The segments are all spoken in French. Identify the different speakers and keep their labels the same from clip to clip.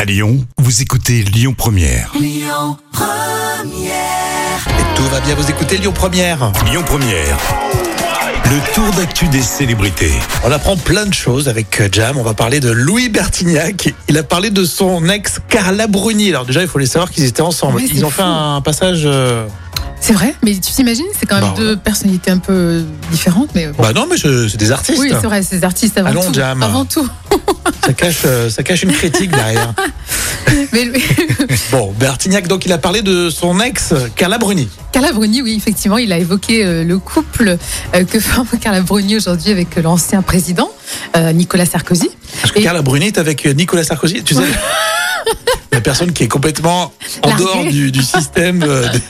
Speaker 1: À Lyon, vous écoutez Lyon Première.
Speaker 2: Et tout va bien, vous écoutez Lyon Première.
Speaker 1: Lyon Première. Le tour d'actu des célébrités.
Speaker 2: On apprend plein de choses avec euh, Jam. On va parler de Louis Bertignac. Il a parlé de son ex Carla Bruni. Alors déjà, il faut les savoir qu'ils étaient ensemble.
Speaker 3: Ouais,
Speaker 2: Ils
Speaker 3: c'est
Speaker 2: ont fait
Speaker 3: fou.
Speaker 2: un passage. euh,
Speaker 3: C'est vrai, mais tu t'imagines, c'est quand même
Speaker 2: Bah,
Speaker 3: deux personnalités un peu euh, différentes, mais bon.
Speaker 2: Bah non, mais c'est c'est des artistes.
Speaker 3: oui, c'est vrai, c'est des artistes avant
Speaker 2: Allons,
Speaker 3: tout.
Speaker 2: Jam.
Speaker 3: Avant tout.
Speaker 2: ça cache, euh, ça cache une critique derrière.
Speaker 3: Mais lui-
Speaker 2: Bon, Bertignac. Donc il a parlé de son ex Carla Bruni.
Speaker 3: Carla Bruni, oui, effectivement, il a évoqué euh, le couple euh, que forme Carla Bruni aujourd'hui avec euh, l'ancien président euh, Nicolas Sarkozy.
Speaker 2: Parce que
Speaker 3: Et-
Speaker 2: Carla Bruni est avec euh, Nicolas Sarkozy. Tu sais. La personne qui est complètement en
Speaker 3: Larguée.
Speaker 2: dehors du, du système euh, des,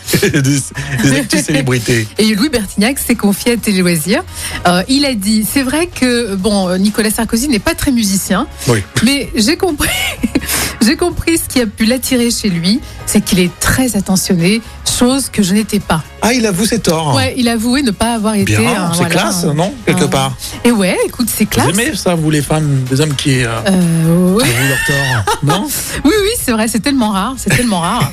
Speaker 2: des- des actus-célébrités.
Speaker 3: Et Louis Bertignac s'est confié à Télé Loisirs. Euh, il a dit, c'est vrai que bon, euh, Nicolas Sarkozy n'est pas très musicien,
Speaker 2: Oui.
Speaker 3: mais j'ai compris, j'ai compris ce qui a pu l'attirer chez lui, c'est qu'il est très attentionné, chose que je n'étais pas.
Speaker 2: Ah, il avoue ses torts.
Speaker 3: Ouais, il a avoué ne pas avoir été.
Speaker 2: Bien,
Speaker 3: un-
Speaker 2: c'est
Speaker 3: voilà,
Speaker 2: classe,
Speaker 3: un-
Speaker 2: non Quelque
Speaker 3: un-
Speaker 2: part.
Speaker 3: Et ouais, écoute, c'est classe.
Speaker 2: Vous aimez ça, vous, les femmes, des hommes qui euh,
Speaker 3: Euh, ouais.
Speaker 2: avouent leur tort Non
Speaker 3: Oui, oui, c'est vrai, c'est tellement rare, c'est tellement rare.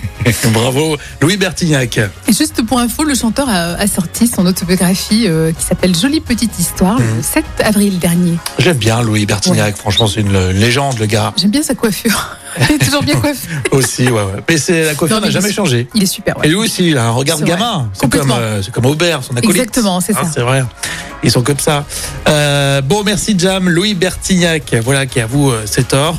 Speaker 2: Bravo, Louis Bertignac.
Speaker 3: Et juste pour info, le chanteur a, a sorti son autobiographie euh, qui s'appelle Jolie Petite Histoire
Speaker 2: Mhm.
Speaker 3: le 7 avril dernier.
Speaker 2: J'aime bien Louis Bertignac, franchement, c'est une le- légende, le gars.
Speaker 3: J'aime bien sa coiffure. Il est toujours bien coiffé.
Speaker 2: Aussi, ouais, ouais. Mais c'est- la coiffure
Speaker 3: Non, mais
Speaker 2: n'a jamais
Speaker 3: il-
Speaker 2: changé.
Speaker 3: Il est super,
Speaker 2: Et
Speaker 3: ouais.
Speaker 2: lui aussi, il a un regard de
Speaker 3: C'est
Speaker 2: gamin.
Speaker 3: vrai.
Speaker 2: C'est comme,
Speaker 3: Complètement.
Speaker 2: euh, c'est comme Aubert, son acolyte.
Speaker 3: Exactement, c'est
Speaker 2: Hein,
Speaker 3: ça.
Speaker 2: c'est vrai. Ils sont comme ça. Euh, bon, merci Jam. Louis Bertignac, voilà, qui avoue euh, ses torts.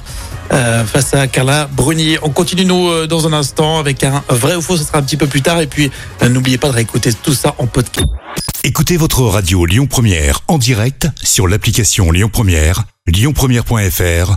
Speaker 2: euh, face à Carla Bruni. On continue nous euh, dans un instant avec un vrai ou faux, ce sera un petit peu plus tard. Et puis euh, n'oubliez pas de réécouter tout ça en podcast.
Speaker 1: Écoutez votre radio Lyon Première en direct sur l'application Lyon Première, lyonpremière.fr